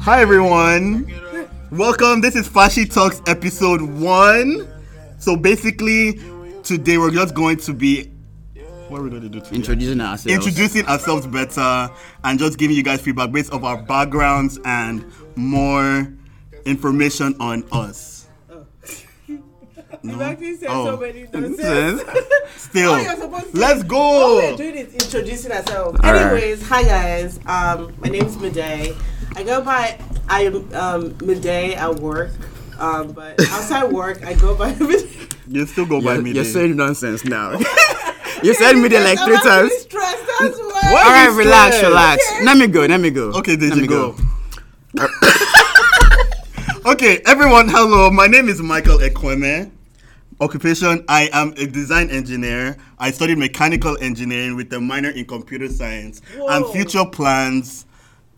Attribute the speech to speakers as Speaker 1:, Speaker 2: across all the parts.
Speaker 1: Hi everyone. Welcome. This is Fashi Talks episode 1. So basically today we're just going to be what are we going to do today?
Speaker 2: Introducing ourselves.
Speaker 1: Introducing ourselves better and just giving you guys feedback based of our backgrounds and more information on us.
Speaker 3: You've actually said
Speaker 1: Oh.
Speaker 3: so many nonsense.
Speaker 1: Still,
Speaker 3: All you're supposed to- Oh,
Speaker 1: let's
Speaker 3: All we're
Speaker 1: go.
Speaker 3: doing is introducing ourselves.
Speaker 2: All right.
Speaker 3: Anyways, hi guys. Um, my name's Midday. I go by I am um, Midday at work. Um, but outside work, I go by Midday.
Speaker 1: You still go by
Speaker 2: You're,
Speaker 1: me.
Speaker 2: you're
Speaker 1: Dave.
Speaker 2: saying nonsense now. you said me there like
Speaker 3: I'm
Speaker 2: three
Speaker 3: actually
Speaker 2: times.
Speaker 3: stressed, that's why.
Speaker 1: What?
Speaker 2: All right, relax,
Speaker 1: stressed.
Speaker 2: relax. Let me go. Let me go.
Speaker 1: Okay,
Speaker 2: let
Speaker 1: did
Speaker 2: me
Speaker 1: you go? okay, everyone, hello. My name is Michael Ekweme. Occupation, I am a design engineer. I studied mechanical engineering with a minor in computer science. And
Speaker 3: Whoa.
Speaker 1: future plans,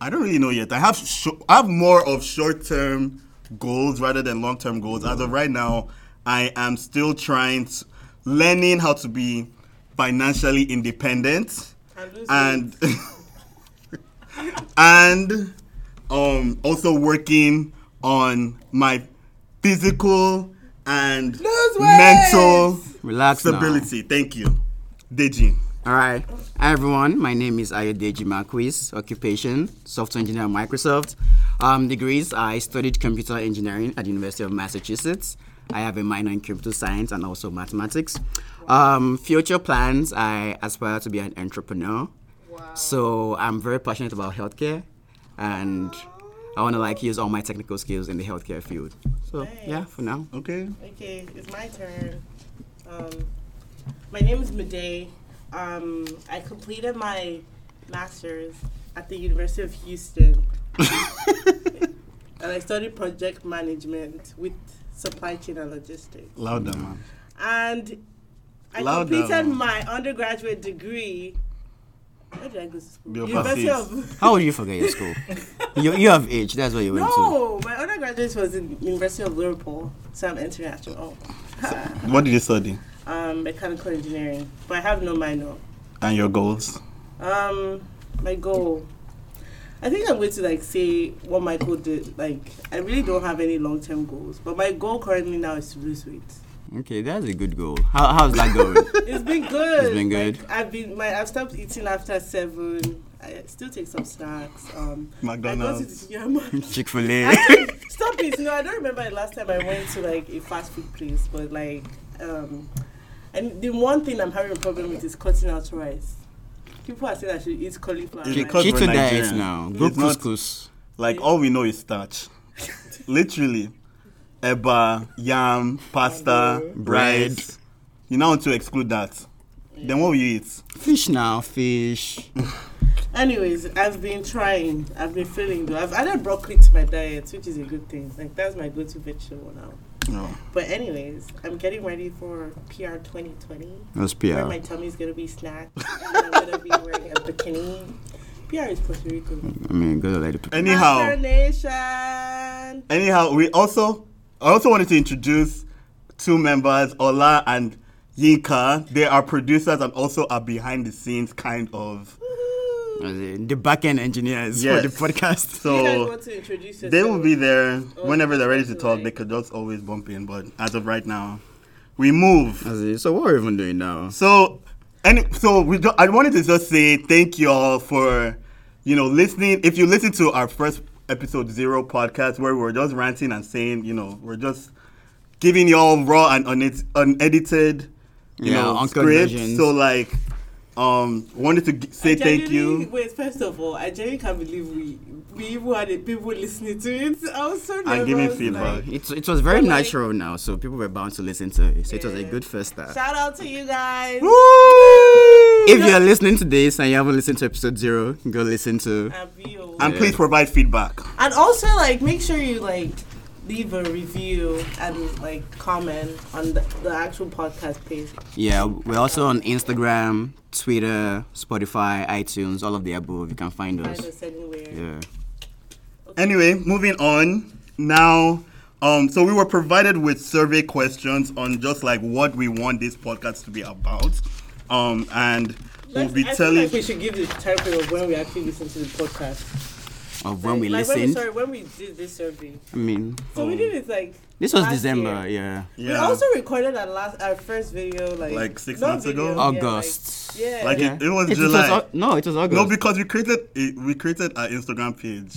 Speaker 1: I don't really know yet. I have sho- I have more of short-term goals rather than long-term goals. As of right now, I am still trying to learning how to be financially independent
Speaker 3: And lose
Speaker 1: and and um also working on my physical and
Speaker 3: Lose weight!
Speaker 1: mental
Speaker 2: Relax now.
Speaker 1: stability. Thank you, Deji.
Speaker 2: All right. Hi, everyone. My name is Ayodeji Marquis, occupation, software engineer at Microsoft. Um, degrees, I studied computer engineering at the University of Massachusetts. I have a minor in computer science and also mathematics. Um, future plans, I aspire to be an entrepreneur. So I'm very passionate about healthcare and I want to like use all my technical skills in the healthcare field. So yeah, for now.
Speaker 1: Okay.
Speaker 3: Okay, it's my turn. Um, my name is Midday. Um, I completed my master's at the University of Houston. and I studied project management with supply chain and logistics.
Speaker 1: Louder, man.
Speaker 3: And I
Speaker 1: Louder.
Speaker 3: completed my undergraduate degree. Where did I go to school?
Speaker 1: Be of
Speaker 3: University
Speaker 1: assist.
Speaker 3: of.
Speaker 2: How would you forget your school? you, you have age, that's what you went to.
Speaker 3: No, Oh, my undergraduate was in University of Liverpool, so I'm international.
Speaker 1: What did you study
Speaker 3: um, mechanical engineering, but I have no minor.
Speaker 1: and your goals?
Speaker 3: Um, my goal. I think I'm going to like say what Michael did. Like, I really don't have any long-term goals, but my goal currently now is to lose weight.
Speaker 2: Okay, that's a good goal. How, how's that going?
Speaker 3: It's been good.
Speaker 2: It's been good.
Speaker 3: Like, I've been my I've stopped eating after seven. I still take some snacks. Um, I go to
Speaker 1: McDonald's.
Speaker 3: the, yeah, my-
Speaker 2: Chick fil A.
Speaker 3: Actually, stop it. No, I don't remember the last time I went to like a fast food place, but like, um, and the one thing I'm having a problem with is cutting out rice. People are saying I should eat cauliflower.
Speaker 1: Is it
Speaker 3: rice.
Speaker 1: cause we're
Speaker 2: Keto diet
Speaker 1: Nigerian.
Speaker 2: now.
Speaker 1: It's
Speaker 2: Group
Speaker 1: not-
Speaker 2: couscous.
Speaker 1: Like all we know is starch. Literally, eba, yam, pasta,
Speaker 2: Bread.
Speaker 1: rice. You now want to exclude that. Then what will you eat?
Speaker 2: Fish now, fish.
Speaker 3: Anyways, I've been trying. I've been feeling though. I've added broccoli to my diet, which is a good thing. Like that's my go-to vegetable now.
Speaker 1: No.
Speaker 3: But anyways, I'm getting ready for PR 2020.
Speaker 2: That's
Speaker 3: Where
Speaker 2: PR.
Speaker 3: my tummy's gonna be snacked. and I'm gonna be wearing a bikini. PR is Puerto Rico.
Speaker 2: I mean, go to like the.
Speaker 1: Anyhow.
Speaker 3: Master Nation.
Speaker 1: Anyhow, we also I also wanted to introduce two members, Ola and Yinka. They are producers and also are behind the scenes kind of.
Speaker 2: The back end engineers
Speaker 1: Yes.
Speaker 2: for the podcast.
Speaker 3: you guys
Speaker 1: So
Speaker 3: want to Oh, introduce yourself?
Speaker 1: they will be there whenever they're ready to
Speaker 3: that's
Speaker 1: talk.
Speaker 3: right.
Speaker 1: They could just always bump in, but as of right now, we move.
Speaker 2: As in, So what are we even doing now?
Speaker 1: So and so we ju- I wanted to just say thank you all for you know listening. If you listen to our first episode zero podcast where we were just ranting and saying, you know, we're just giving y'all raw and uned- unedited, you
Speaker 2: Yeah,
Speaker 1: know,
Speaker 2: uncut
Speaker 1: script.
Speaker 2: versions.
Speaker 1: So like, um, wanted to g- say
Speaker 3: I
Speaker 1: thank
Speaker 3: genuinely-
Speaker 1: you.
Speaker 3: Wait, first of all, I genuinely can't believe we we even had the people listening to it. I was so nervous.
Speaker 1: And giving
Speaker 3: like-
Speaker 1: feedback.
Speaker 2: It, it was very
Speaker 3: But, like-
Speaker 2: natural now, so people were bound to listen to it. So it was a
Speaker 3: Yeah.
Speaker 2: good first start.
Speaker 3: Shout out to you guys.
Speaker 2: If you're listening to this and you haven't listened to episode zero, go listen to.
Speaker 3: And view.
Speaker 1: And
Speaker 2: Yeah.
Speaker 1: please provide feedback.
Speaker 3: oh. And also, like, make sure you like leave a review and like comment on the, the actual podcast page.
Speaker 2: Yeah, we're also on Instagram, Twitter, Spotify, iTunes, all of the above. You can find
Speaker 3: Find
Speaker 2: us.
Speaker 3: us anywhere.
Speaker 2: Yeah.
Speaker 1: Anyway, moving on now. Um, so we were provided with survey questions on just like what we want this podcast to be about, um, and we'll
Speaker 3: Let's-
Speaker 1: be
Speaker 3: I feel
Speaker 1: telling.
Speaker 3: like we should give the time frame of when we actually listen to the podcast.
Speaker 2: of when we
Speaker 3: like When we,
Speaker 2: listened.
Speaker 3: sorry, when we did this survey.
Speaker 2: I mean,
Speaker 3: So
Speaker 1: Oh.
Speaker 3: we did it like.
Speaker 2: this was
Speaker 3: last
Speaker 2: December,
Speaker 3: year.
Speaker 2: yeah.
Speaker 3: We also recorded our last our first video like
Speaker 1: Like six
Speaker 3: not
Speaker 1: months ago?
Speaker 3: video, yeah,
Speaker 2: August.
Speaker 3: like- Yeah.
Speaker 1: Like
Speaker 3: yeah.
Speaker 1: it- was July.
Speaker 2: au- no, it was August.
Speaker 1: no, because we created a, we created our Instagram page.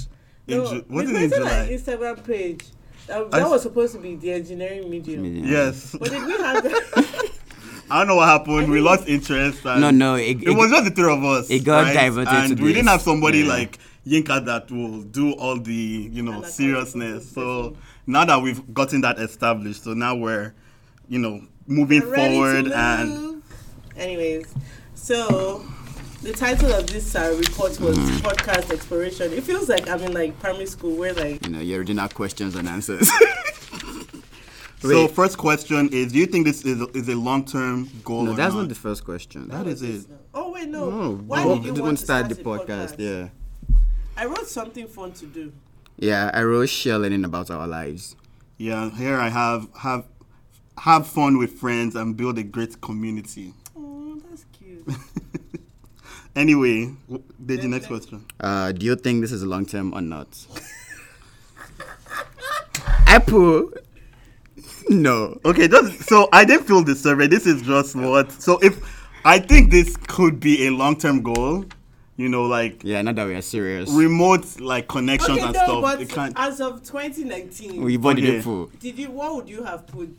Speaker 1: In
Speaker 3: No,
Speaker 1: Ju-
Speaker 3: we
Speaker 1: wasn't it in
Speaker 3: created an
Speaker 1: July?
Speaker 3: Instagram page. That,
Speaker 1: I
Speaker 3: that
Speaker 1: s-
Speaker 3: was supposed to be the engineering medium.
Speaker 2: Yeah.
Speaker 1: Yes.
Speaker 3: But did we have that?
Speaker 1: I don't know what happened. We lost interest. And
Speaker 2: No, no, it-
Speaker 1: it, was just the three of us.
Speaker 2: it got diverted
Speaker 1: And
Speaker 2: to
Speaker 1: we didn't
Speaker 2: this.
Speaker 1: have somebody
Speaker 2: Yeah.
Speaker 1: like Yinka that will do all the you know
Speaker 3: And that's
Speaker 1: seriousness.
Speaker 3: how we
Speaker 1: So now that we've gotten that established, so now we're you know moving
Speaker 3: Ready to
Speaker 1: forward and
Speaker 3: move. Anyways, so the title of this uh, report was
Speaker 2: Mm.
Speaker 3: podcast exploration. It feels like I'm in like primary school where like
Speaker 2: You know, your original questions and answers.
Speaker 1: So
Speaker 2: Wait.
Speaker 1: first question is: Do you think this is is a long term goal?
Speaker 2: no,
Speaker 1: or
Speaker 2: that's
Speaker 1: not?
Speaker 2: not the first question.
Speaker 1: That is it.
Speaker 3: oh wait no
Speaker 2: No,
Speaker 3: why
Speaker 2: we
Speaker 3: did you
Speaker 2: didn't
Speaker 3: want to
Speaker 2: start, the podcast? Yeah,
Speaker 3: I wrote something fun to do.
Speaker 2: yeah. I wrote share learning about our lives.
Speaker 1: Yeah, here I have have have fun with friends and build a great community.
Speaker 3: Oh, that's cute.
Speaker 1: Anyway, w- Deji, next question.
Speaker 2: Uh, do you think this is long term or not? Apple. No.
Speaker 1: Okay, just so I didn't fill the survey. This is just what. So if I think this could be a long term goal, you know, like
Speaker 2: Yeah, not that we are serious.
Speaker 1: remote like connections
Speaker 3: okay,
Speaker 1: and
Speaker 3: no,
Speaker 1: stuff.
Speaker 3: but
Speaker 1: It can't.
Speaker 3: as of 2019,
Speaker 2: We bought
Speaker 1: Okay.
Speaker 2: it full.
Speaker 3: did you what would you have put?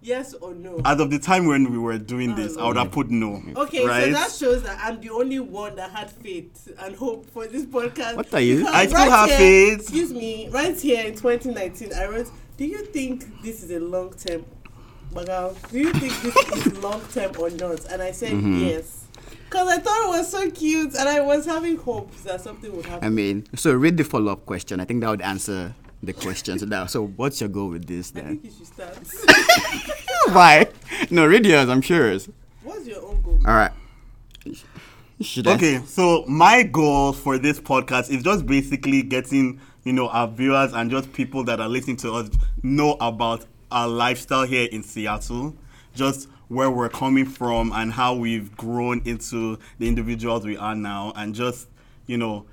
Speaker 3: Yes or no?
Speaker 1: As of the time when we were doing this, I would have put no.
Speaker 3: Oh. Okay, so
Speaker 1: right?
Speaker 3: that shows that I'm the only one that had faith and hope for this podcast.
Speaker 2: What are you-
Speaker 3: Because
Speaker 1: I still have
Speaker 3: here-
Speaker 1: faith.
Speaker 3: Excuse me. Right here in 2019, I wrote, "Do you think this is a long term, Bagao? Do you think this is long term or not?" And I said
Speaker 1: Mm-hmm.
Speaker 3: yes, because I thought it was so cute, and I was having hopes that something would
Speaker 2: I
Speaker 3: happen.
Speaker 2: mean, so read the follow up question. I think that would answer the question. So that. So what's your goal with this
Speaker 3: I
Speaker 2: then?
Speaker 3: think you should start.
Speaker 2: Why? No, read yours. I'm curious.
Speaker 3: What's your own goal?
Speaker 2: All right. Should I?
Speaker 1: Okay, so my goal for this podcast is just basically getting, you know, our viewers and just people that are listening to us know about our lifestyle here in Seattle, just where we're coming from and how we've grown into the individuals we are now and just, you know,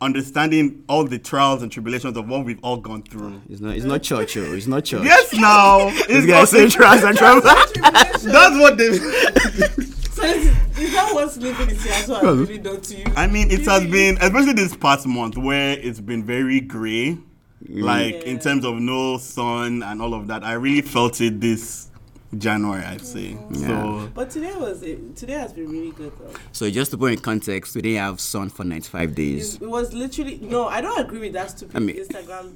Speaker 1: understanding all the trials and tribulations of what we've all gone through.
Speaker 2: It's not. It's not church. oh, It's not church.
Speaker 1: Yes, now. It's
Speaker 2: This guy
Speaker 1: got-
Speaker 2: said trans and trans.
Speaker 1: That's what they
Speaker 3: So is, is that what's living in Seattle has really done to you?
Speaker 1: I mean, it has been, especially this past month, where it's been very gray,
Speaker 2: Mm.
Speaker 1: like in
Speaker 3: Yeah.
Speaker 1: terms of no sun and all of that. I really felt it this January, I'd say. So,
Speaker 3: But today was it, today has been really good though.
Speaker 2: So just to put in context, we didn't have sun for 95
Speaker 3: It,
Speaker 2: days.
Speaker 3: it was literally no. I don't agree with that stupid
Speaker 2: I mean-
Speaker 3: Instagram.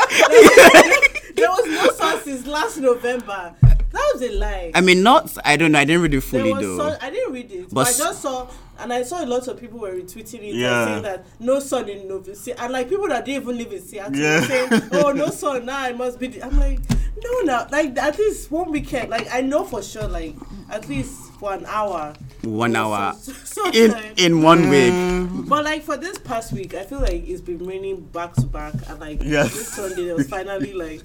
Speaker 3: picture. there was no sun since last November. That was a lie.
Speaker 2: I mean, not. I don't know. I didn't read it
Speaker 3: there
Speaker 2: fully
Speaker 3: was
Speaker 2: though.
Speaker 3: sun. I didn't read it, but,
Speaker 2: But
Speaker 3: I
Speaker 2: s-
Speaker 3: just saw, and I saw a lot of people were retweeting it
Speaker 1: Yeah.
Speaker 3: and saying that no sun in Nova Se- and like people that didn't even live in Seattle
Speaker 1: Yeah.
Speaker 3: saying, "Oh, no sun now. it must be." The-. I'm like, no, no. Like at least one weekend. Like I know for sure. Like at least for an hour.
Speaker 2: One
Speaker 3: there
Speaker 2: hour.
Speaker 3: was sun- sun-
Speaker 2: in
Speaker 3: sunshine.
Speaker 2: in one week.
Speaker 3: But like for this past week, I feel like it's been raining back to back, and like
Speaker 1: Yes.
Speaker 3: this Sunday it was finally like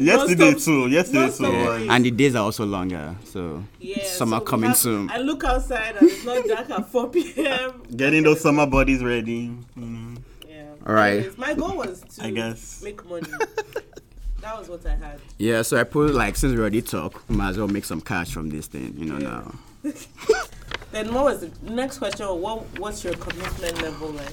Speaker 1: Yesterday
Speaker 3: nonstop-
Speaker 1: too, yesterday
Speaker 3: nonstop
Speaker 1: too,
Speaker 3: rain.
Speaker 1: like-
Speaker 2: And the days are also longer. So
Speaker 3: Yeah,
Speaker 2: summer
Speaker 3: so we
Speaker 2: coming
Speaker 3: have-
Speaker 2: soon.
Speaker 3: I look outside and it's not dark at 4 p.m.
Speaker 1: getting those summer bodies ready, you know,
Speaker 3: Yeah.
Speaker 2: All right.
Speaker 3: Anyways, my goal was to
Speaker 1: I guess.
Speaker 3: make money. that was what I had.
Speaker 2: Yeah. So I put like since we already talk, we might as well make some cash from this thing. You know now.
Speaker 3: Then what was the next question? was, What what's your commitment level like?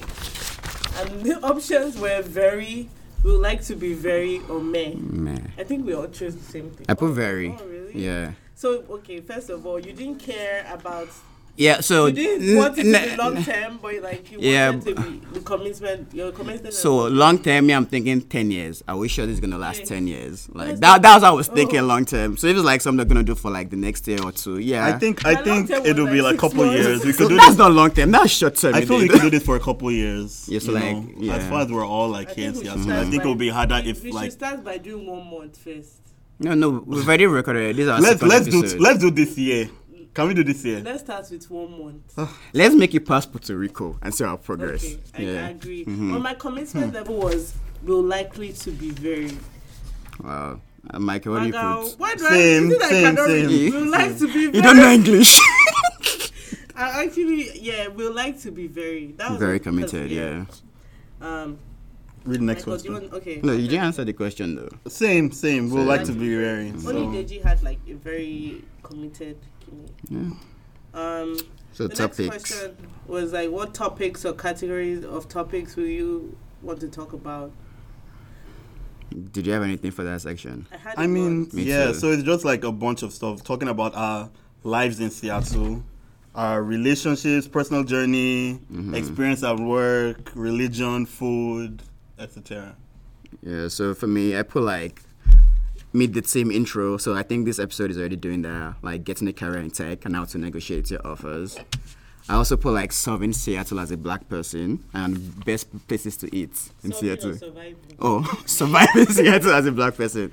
Speaker 3: And the options were very. We would like to be very or meh.
Speaker 2: Man.
Speaker 3: I think we all chose the same thing.
Speaker 2: I put very.
Speaker 3: Oh, really?
Speaker 2: Yeah.
Speaker 3: So okay, first of all, you didn't care about
Speaker 2: Yeah. So
Speaker 3: you didn't want it to
Speaker 2: n-
Speaker 3: be long term, but like you
Speaker 2: Yeah, um,
Speaker 3: wanted to be the commitment. Your commitment.
Speaker 2: So long term, me, I'm thinking ten years. Are we sure this is gonna last
Speaker 3: Yeah.
Speaker 2: ten years? Like
Speaker 3: Yes.
Speaker 2: that, that was how I was thinking
Speaker 3: Oh.
Speaker 2: long term. So if it's like something I'm gonna do for like the next year or two, yeah.
Speaker 1: I think I
Speaker 3: My
Speaker 1: think
Speaker 3: long-term
Speaker 1: it'll
Speaker 3: was
Speaker 1: be
Speaker 3: like
Speaker 1: like a
Speaker 3: six
Speaker 1: couple
Speaker 3: months.
Speaker 1: years. We
Speaker 2: so
Speaker 1: could do
Speaker 2: that's
Speaker 1: this.
Speaker 2: not long term. That's short term.
Speaker 1: I
Speaker 2: it
Speaker 1: feel we
Speaker 2: is.
Speaker 1: could do this for a couple years.
Speaker 2: Yeah, so
Speaker 1: you
Speaker 2: like,
Speaker 1: know, as
Speaker 2: yeah.
Speaker 1: far as we're all like
Speaker 3: I
Speaker 1: here in
Speaker 3: think we should
Speaker 1: Seattle,
Speaker 3: start
Speaker 1: I think
Speaker 3: by-
Speaker 1: it would be harder
Speaker 3: we-
Speaker 1: if
Speaker 3: we
Speaker 1: like
Speaker 3: should start by doing one month first.
Speaker 2: no, no. We've already recorded. it. This is our
Speaker 1: let's
Speaker 2: second
Speaker 1: let's
Speaker 2: episode.
Speaker 1: do let's do this year. Can we do this year?
Speaker 3: Let's start with one month.
Speaker 2: Let's make it past Puerto Rico and see our progress.
Speaker 3: Okay, I,
Speaker 2: yeah.
Speaker 3: I agree. But my commitment level was will likely to be very.
Speaker 2: Wow. Uh, Michael, what do you
Speaker 3: Now,
Speaker 2: put?
Speaker 3: why do
Speaker 1: Same,
Speaker 3: I, is it I
Speaker 1: same,
Speaker 3: cannot
Speaker 1: same.
Speaker 3: read? Will like to be very.
Speaker 2: You don't know English.
Speaker 3: I actually, yeah, will like to be very. That was
Speaker 2: Very
Speaker 3: Oh, because,
Speaker 2: committed. Yeah.
Speaker 3: Um,
Speaker 1: read the next
Speaker 3: Michael, do you
Speaker 1: question.
Speaker 3: want, okay.
Speaker 2: No, you didn't answer the question though.
Speaker 1: Same, same. We would
Speaker 2: Same.
Speaker 1: like to be very.
Speaker 3: Only
Speaker 1: So.
Speaker 3: Deji had like a very committed. kidney.
Speaker 2: Yeah.
Speaker 3: Um,
Speaker 2: So
Speaker 3: the next
Speaker 2: topics.
Speaker 3: question was like, what topics or categories of topics will you want to talk about?
Speaker 2: Did you have anything for that section?
Speaker 3: I had.
Speaker 1: I
Speaker 3: it
Speaker 1: mean,
Speaker 3: once.
Speaker 2: Me
Speaker 1: yeah.
Speaker 2: too.
Speaker 1: So it's just like a bunch of stuff talking about our lives in Seattle, our relationships, personal journey,
Speaker 2: Mm-hmm.
Speaker 1: experience at work, religion, food, etc.
Speaker 2: Yeah. So for me, I put like meet the team intro. So I think this episode is already doing that, like getting a career in tech and how to negotiate your offers. I also put like serving Seattle as a black person and best places to eat in
Speaker 3: Something or
Speaker 2: Seattle.
Speaker 3: surviving.
Speaker 2: Oh, surviving Seattle as a black person.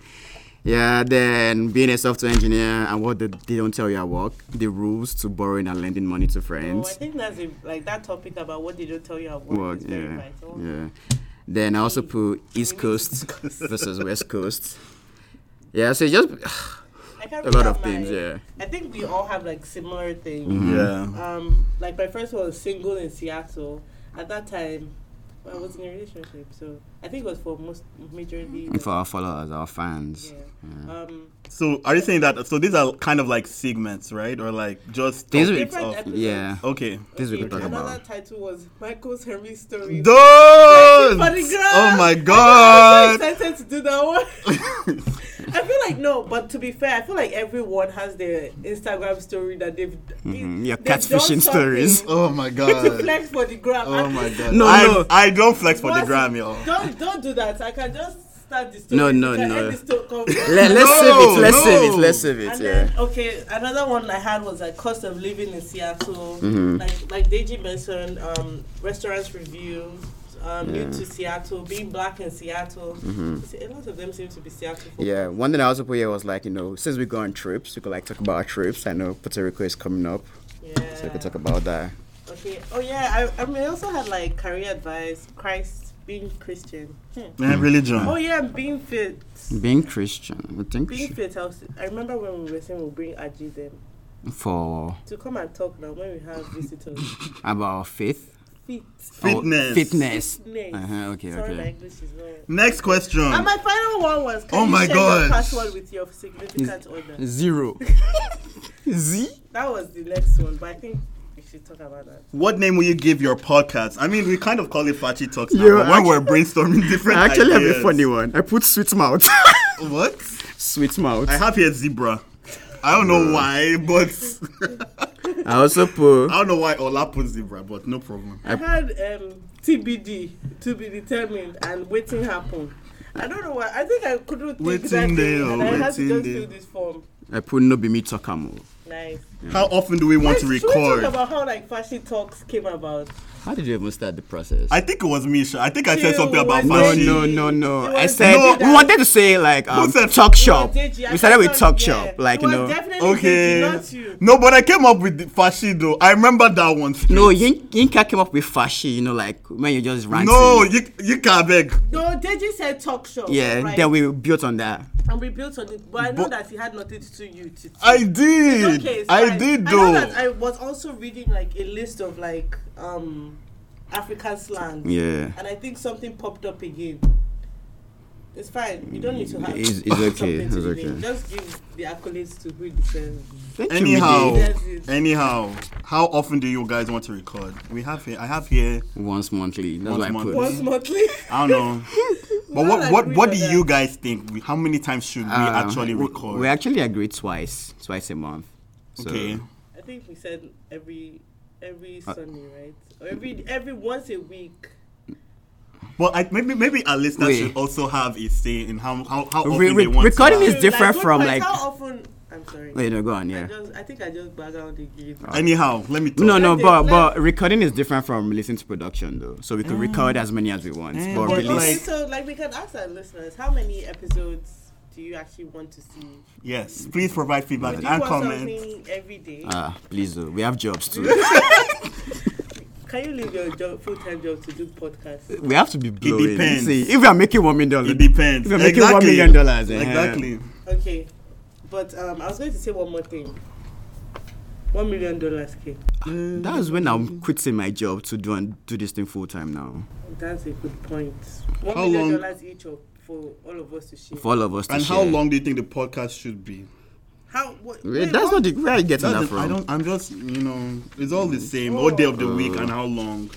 Speaker 2: Yeah, then being a software engineer and what they, they don't tell you at work, the rules to borrowing and lending money to
Speaker 3: Oh, I
Speaker 2: friends.
Speaker 3: think that's a, like that topic about what they don't tell you at work
Speaker 2: Work,
Speaker 3: is very
Speaker 2: yeah,
Speaker 3: vital.
Speaker 2: yeah. Then I also put East Coast versus West Coast. Yeah, so it just
Speaker 3: I can't
Speaker 2: a lot
Speaker 3: remember
Speaker 2: of things.
Speaker 3: my-
Speaker 2: Yeah, Mm-hmm.
Speaker 3: I think we all have like similar things.
Speaker 1: Yeah.
Speaker 3: Um, like my first one was single in Seattle. At that time, I was in a relationship, so I think it was for most majorly.
Speaker 2: and for our followers, our fans.
Speaker 3: yeah. Um,
Speaker 1: So are you saying that? So these are kind of like segments, right? Or like just
Speaker 2: These are-
Speaker 1: topics
Speaker 3: Different
Speaker 1: of.
Speaker 3: episodes.
Speaker 2: Yeah,
Speaker 1: Okay.
Speaker 2: this we
Speaker 3: okay,
Speaker 2: could talk
Speaker 3: another
Speaker 2: about.
Speaker 3: title was Michael's Henry story.
Speaker 1: Don't!
Speaker 3: funny girl.
Speaker 1: Oh my
Speaker 3: I'm
Speaker 1: god!
Speaker 3: so excited to do that one. I feel like no, but to be fair, I feel like everyone has their Instagram story that they've
Speaker 1: Mm-hmm.
Speaker 2: Mhm, your
Speaker 3: they've done
Speaker 2: catfishing stories.
Speaker 3: something
Speaker 1: oh my
Speaker 3: to
Speaker 1: god!
Speaker 3: flex for the gram.
Speaker 1: Oh
Speaker 3: And
Speaker 1: my god!
Speaker 2: No,
Speaker 1: I,
Speaker 2: no.
Speaker 1: I don't flex for the
Speaker 3: What's-
Speaker 1: gram, y'all.
Speaker 3: Don't don't do that. I can just start the story.
Speaker 2: No, no,
Speaker 3: We can
Speaker 2: no.
Speaker 3: end the sto- conversation.
Speaker 2: Let, let's save
Speaker 1: No,
Speaker 2: it. Let's save
Speaker 1: no.
Speaker 2: it. Let's save it.
Speaker 3: And
Speaker 2: Yeah.
Speaker 3: then okay, another one I had was like cost of living in Seattle.
Speaker 2: Mm-hmm.
Speaker 3: Like like Deji mentioned, um, restaurants review. Um, New to Seattle, being black in Seattle. See, A lot of them seem to be Seattle. folks.
Speaker 2: Mm-hmm. Yeah, one thing I also put here was like, you know, since we go on trips, we could like talk about our trips. I know Puerto Rico is coming up,
Speaker 3: Yeah.
Speaker 2: so we could talk about that.
Speaker 3: Okay. Oh yeah. I, I mean, I also had like career advice, Christ, being Christian. Hmm.
Speaker 1: Man, religion.
Speaker 3: Oh yeah, and being fit.
Speaker 2: Being Christian, we think
Speaker 3: Being fit. I, was, I remember when we were saying we'll bring Aji them
Speaker 2: for
Speaker 3: to come and talk now when we have visitors.
Speaker 2: about faith, Oh,
Speaker 3: Fit.
Speaker 1: Fitness.
Speaker 2: fitness.
Speaker 3: Nice.
Speaker 2: Uh-huh, okay,
Speaker 3: Sorry, my
Speaker 2: okay.
Speaker 3: English is not.
Speaker 1: Next question.
Speaker 3: And my final one was can
Speaker 1: Oh
Speaker 3: you
Speaker 1: my
Speaker 3: share
Speaker 1: God.
Speaker 3: your password with your significant other?
Speaker 2: Zero. Z.
Speaker 3: That was the next one, but I think we should talk about that.
Speaker 1: What name will you give your podcast? I mean, we kind of call it Fachi Talks now,
Speaker 2: Yo,
Speaker 1: but when
Speaker 2: actu-
Speaker 1: we're brainstorming different
Speaker 2: I actually have a
Speaker 1: ideas.
Speaker 2: funny one. I put sweet mouth.
Speaker 1: What?
Speaker 2: sweet mouth.
Speaker 1: I
Speaker 2: I,
Speaker 1: have here zebra. I don't know why, but
Speaker 2: also put.
Speaker 1: I don't know why Ola put zebra, but no problem.
Speaker 3: I had um, TBD to be determined and waiting happen. I don't know why. I think I couldn't think that
Speaker 1: Waiting
Speaker 3: day,
Speaker 1: there or
Speaker 3: and I had
Speaker 1: waiting
Speaker 3: to just
Speaker 1: there.
Speaker 3: fill this form.
Speaker 2: I put no be me takamo.
Speaker 3: Nice.
Speaker 1: How often do we want to
Speaker 3: Should we
Speaker 1: record?
Speaker 3: talk about how like fashion talks came about?
Speaker 2: How did you even start the process?
Speaker 1: I think it was Misha. I think I said
Speaker 3: Ew,
Speaker 1: something about
Speaker 3: what
Speaker 2: no,
Speaker 1: Fachi.
Speaker 3: did-
Speaker 2: no, no, no.
Speaker 3: It
Speaker 2: I
Speaker 3: was
Speaker 2: said
Speaker 1: No.
Speaker 2: we wanted to say like um,
Speaker 1: said-
Speaker 2: talk
Speaker 3: It was
Speaker 2: shop.
Speaker 3: Deji. I
Speaker 2: We started with
Speaker 3: thought-
Speaker 2: talk
Speaker 3: yeah.
Speaker 2: shop, like
Speaker 3: it
Speaker 2: you
Speaker 3: was
Speaker 2: know.
Speaker 3: Definitely
Speaker 1: Okay.
Speaker 3: Deji, not you.
Speaker 1: No, but I came up with the Fashi though. I remember that one.
Speaker 2: No, Yin- Yinka came up with fashi, you know, like when you just ranting.
Speaker 1: No, you you can beg.
Speaker 3: No, Deji said talk show.
Speaker 2: Yeah,
Speaker 3: right?
Speaker 2: then we built on that.
Speaker 3: and we built on it. But I know
Speaker 1: But-
Speaker 3: that it had nothing to do you. To
Speaker 1: I did.
Speaker 3: Okay, it's
Speaker 1: I
Speaker 3: fine.
Speaker 1: did
Speaker 3: I know
Speaker 1: though.
Speaker 3: that I was also reading like a list of like um African slang.
Speaker 2: Yeah.
Speaker 3: And I think something popped up again. It's fine. You don't need to have.
Speaker 2: It's- it's okay,
Speaker 3: something to
Speaker 2: it's
Speaker 3: the name.
Speaker 2: okay.
Speaker 3: Just give the accolades to who it deserves.
Speaker 2: Thank you,
Speaker 1: Anyhow,
Speaker 2: Mide.
Speaker 3: Yes, yes.
Speaker 1: anyhow, how often do you guys want to record? We have here. I have here.
Speaker 2: Once monthly. That's
Speaker 1: Once
Speaker 2: what I
Speaker 1: monthly.
Speaker 2: put.
Speaker 1: What?
Speaker 3: Once monthly.
Speaker 1: I don't know. But
Speaker 3: We
Speaker 1: what
Speaker 3: all
Speaker 1: what
Speaker 3: agree
Speaker 1: what
Speaker 3: on
Speaker 1: do
Speaker 3: that.
Speaker 1: you guys think? We- How many times should we
Speaker 2: Um,
Speaker 1: actually
Speaker 2: we-
Speaker 1: record?
Speaker 2: We actually agree twice, twice a month. So, oh,
Speaker 1: okay.
Speaker 3: I think we said every every
Speaker 1: Uh,
Speaker 3: Sunday, right? Or every every once a week.
Speaker 1: Well, I, maybe maybe our listeners
Speaker 2: Wait.
Speaker 1: should also have a say in how how, how often
Speaker 2: Re-
Speaker 1: they
Speaker 2: re-
Speaker 1: want.
Speaker 2: recording
Speaker 1: to
Speaker 2: is- It's different
Speaker 3: good
Speaker 2: from,
Speaker 3: point.
Speaker 2: like-
Speaker 3: how often. I'm sorry.
Speaker 2: Wait, no, go on,
Speaker 3: I
Speaker 2: yeah.
Speaker 3: just I think I just bug out again.
Speaker 1: Anyhow, let me talk.
Speaker 2: No, no,
Speaker 3: Okay,
Speaker 2: but
Speaker 3: let's-
Speaker 2: but recording is different from releasing to production though. So we could record as many as we want,
Speaker 1: Mm.
Speaker 2: but
Speaker 1: Ah. But
Speaker 3: Okay,
Speaker 2: release.
Speaker 1: like-
Speaker 3: so like we can ask our listeners how many episodes do you actually want to see?
Speaker 1: Yes, please provide feedback
Speaker 3: Do you
Speaker 1: and
Speaker 3: want
Speaker 1: comments.
Speaker 3: something every day?
Speaker 2: Ah, please, though. we have jobs too.
Speaker 3: Can you leave your job, full-time job to do podcasts?
Speaker 2: we have to be blowing.
Speaker 1: depends.
Speaker 2: See, if we are making one million dollars,
Speaker 1: It depends.
Speaker 2: If you're making one
Speaker 1: Exactly.
Speaker 2: million dollars, eh,
Speaker 1: Exactly.
Speaker 3: Okay, but um, I was going to say one more thing. One million dollars came.
Speaker 2: Ah, That's when I'm quitting my job to do and do this thing full time now.
Speaker 3: That's a good point. One
Speaker 1: How
Speaker 3: million
Speaker 1: long-
Speaker 3: dollars each of, for all of us to share.
Speaker 2: For all of us to
Speaker 1: And
Speaker 2: share.
Speaker 1: how long do you think the podcast should be?
Speaker 3: How? What,
Speaker 2: Wait, that's not the where I get that
Speaker 1: That's it.
Speaker 2: from.
Speaker 1: I don't. I'm just. You know, it's all the
Speaker 3: Mm.
Speaker 1: same. All day of the week
Speaker 2: Uh.
Speaker 1: and how long.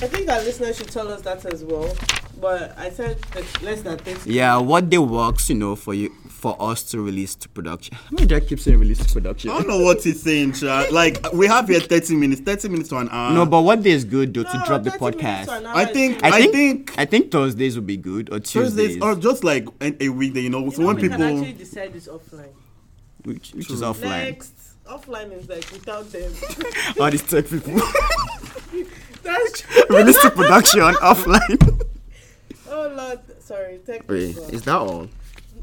Speaker 3: I think our listeners should tell us that as well. But I said that less than thirty.
Speaker 2: yeah, what day works, you know, for you for us to release to production. My dad keeps saying release to production.
Speaker 1: I
Speaker 3: Oh,
Speaker 1: don't know what he's saying, Sha. Like we have here 30 minutes, 30 minutes to an hour.
Speaker 2: No, but what day is good though to
Speaker 3: No,
Speaker 2: drop the
Speaker 3: 30 minutes to an
Speaker 2: podcast?
Speaker 3: hour
Speaker 1: I
Speaker 3: is
Speaker 1: think-
Speaker 3: good.
Speaker 1: I
Speaker 2: I think,
Speaker 1: think-
Speaker 2: I think Thursdays would be good or Tuesdays,
Speaker 1: Thursdays or just like a, a weekday, you know. So
Speaker 3: You know,
Speaker 1: when
Speaker 3: we
Speaker 1: people,
Speaker 3: can actually decide this offline.
Speaker 2: which, which is offline.
Speaker 3: Next, offline is like without them.
Speaker 2: All these tech people
Speaker 3: That's true.
Speaker 2: release to production offline.
Speaker 3: Oh Lord, sorry. Tech
Speaker 2: Wait,
Speaker 3: people.
Speaker 2: is that all?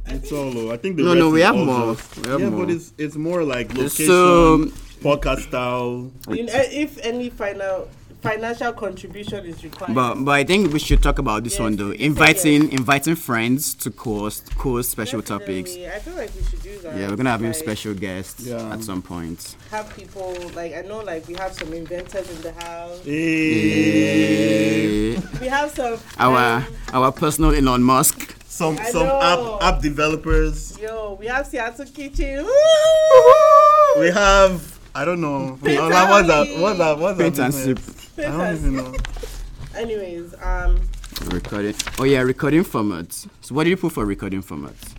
Speaker 1: it's all. over. I think the
Speaker 2: No,
Speaker 1: rest
Speaker 2: no, we
Speaker 1: is
Speaker 2: have
Speaker 1: all
Speaker 2: more.
Speaker 1: just-
Speaker 2: We have
Speaker 1: yeah,
Speaker 2: more. um,
Speaker 1: but it's it's more like location,
Speaker 2: So-
Speaker 1: podcast style.
Speaker 3: You know, eh, if any final financial contribution is required.
Speaker 2: But but I think we should talk about this
Speaker 3: Yes,
Speaker 2: one though.
Speaker 3: yes.
Speaker 2: Inviting inviting friends to co-host co-host special
Speaker 3: Definitely.
Speaker 2: topics.
Speaker 3: I feel like we should do that.
Speaker 2: Yeah, we're gonna have him
Speaker 3: Like,
Speaker 2: special guests
Speaker 1: Yeah.
Speaker 2: at some point.
Speaker 3: Have people like I know like we have some inventors in the house.
Speaker 1: Hey.
Speaker 2: Eh,
Speaker 3: We have some
Speaker 2: Our
Speaker 3: um,
Speaker 2: our personal Elon Musk.
Speaker 1: Some
Speaker 3: I
Speaker 1: some
Speaker 3: know.
Speaker 1: app app developers.
Speaker 3: Yo, we have Seattle Kitchen. Woo!
Speaker 1: We have I don't know.
Speaker 3: Paint
Speaker 1: Oh, that- what's that?
Speaker 3: and-
Speaker 1: What's that? What's that?
Speaker 2: Paint and sip.
Speaker 1: business? I don't even know.
Speaker 3: Anyways, um,
Speaker 2: Recording. Oh yeah, recording formats. So what do you put for recording formats?
Speaker 3: I
Speaker 2: Oh.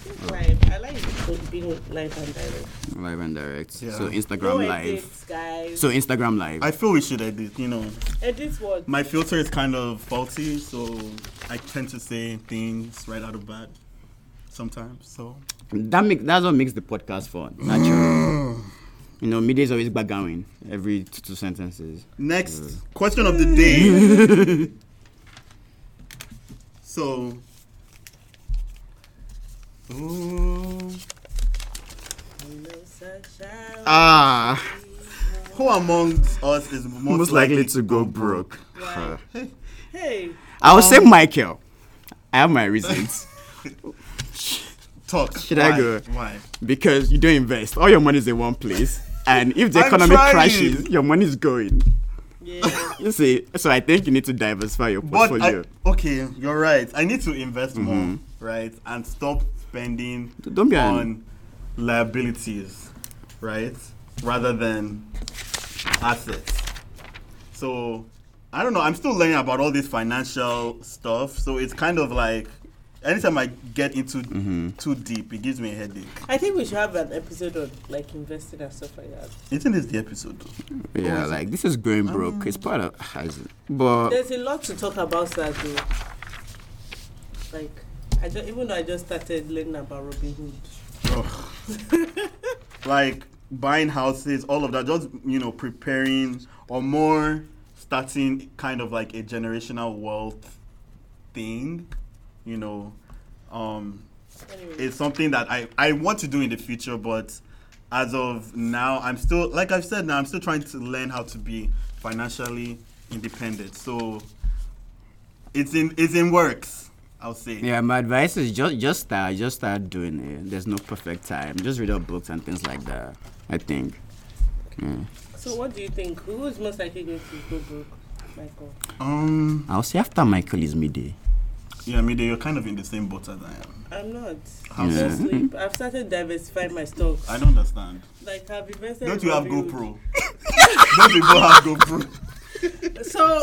Speaker 3: think live. I like it being live and direct.
Speaker 2: Live and direct.
Speaker 1: Yeah.
Speaker 2: So
Speaker 3: No
Speaker 2: Instagram live.
Speaker 3: edits, guys.
Speaker 2: So Instagram live.
Speaker 1: I feel we should edit. You know,
Speaker 3: Edits what?
Speaker 1: my filter is kind of faulty, so I tend to say things right out of bat sometimes. So
Speaker 2: That make that's what makes the podcast fun. Natural.
Speaker 1: Mm.
Speaker 2: you know, media is always backgammon every two, two sentences.
Speaker 1: Next
Speaker 2: Mm.
Speaker 1: question of the day. so, Ooh.
Speaker 3: No sunshine.
Speaker 2: Ah,
Speaker 1: who amongst us is most,
Speaker 2: most likely to go broke.
Speaker 3: Why? hey,
Speaker 2: I would say Michael. I have my reasons.
Speaker 1: talk?
Speaker 2: Should
Speaker 1: Why?
Speaker 2: I go?
Speaker 1: Why?
Speaker 2: because you don't invest. All your money is in one place. And if the
Speaker 1: I'm
Speaker 2: economy
Speaker 1: trying.
Speaker 2: crashes, your money is going.
Speaker 3: yeah.
Speaker 2: You see, so I think you need to diversify your
Speaker 1: But I-
Speaker 2: portfolio.
Speaker 1: okay, you're right. I need to invest more, right, and stop spending
Speaker 2: Mm-hmm. Don't be an-
Speaker 1: on liabilities, right, rather than assets. So I don't know. I'm still learning about all this financial stuff. So it's kind of like anytime I get into
Speaker 2: Mm-hmm.
Speaker 1: too deep, it gives me a headache.
Speaker 3: I think we should have an episode on like investing and stuff like that.
Speaker 1: Isn't this the episode? though?
Speaker 2: yeah, like this is going broke. it's part of.
Speaker 1: Uh,
Speaker 2: But
Speaker 3: There's a lot to talk about that though. Like, I just, even though I just started learning about Robin Hood.
Speaker 1: Like buying houses, all of that. Just you know, preparing or more starting kind of like a generational wealth thing. You know, um,
Speaker 3: Anyway,
Speaker 1: it's something that I, I want to do in the future, but as of now, I'm still, like I've said now, I'm still trying to learn how to be financially independent. So it's in, it's in works, I'll say.
Speaker 2: yeah, my advice is just just start, just start doing it. There's no perfect time. Just read up books and things like that. I think. Yeah.
Speaker 3: so what do you think? Who is most likely going to go broke, Michael?
Speaker 1: Um,
Speaker 2: I'll say after Michael is midday.
Speaker 1: yeah, Mide, you're kind of in the same boat as I am.
Speaker 3: I'm not.
Speaker 1: How
Speaker 3: I'm
Speaker 2: so?
Speaker 3: asleep. I've started diversifying my stocks.
Speaker 1: I don't understand.
Speaker 3: Like I've invested.
Speaker 1: Don't
Speaker 3: in
Speaker 1: you have
Speaker 3: Robinhood.
Speaker 1: GoPro? Don't people have GoPro?
Speaker 3: So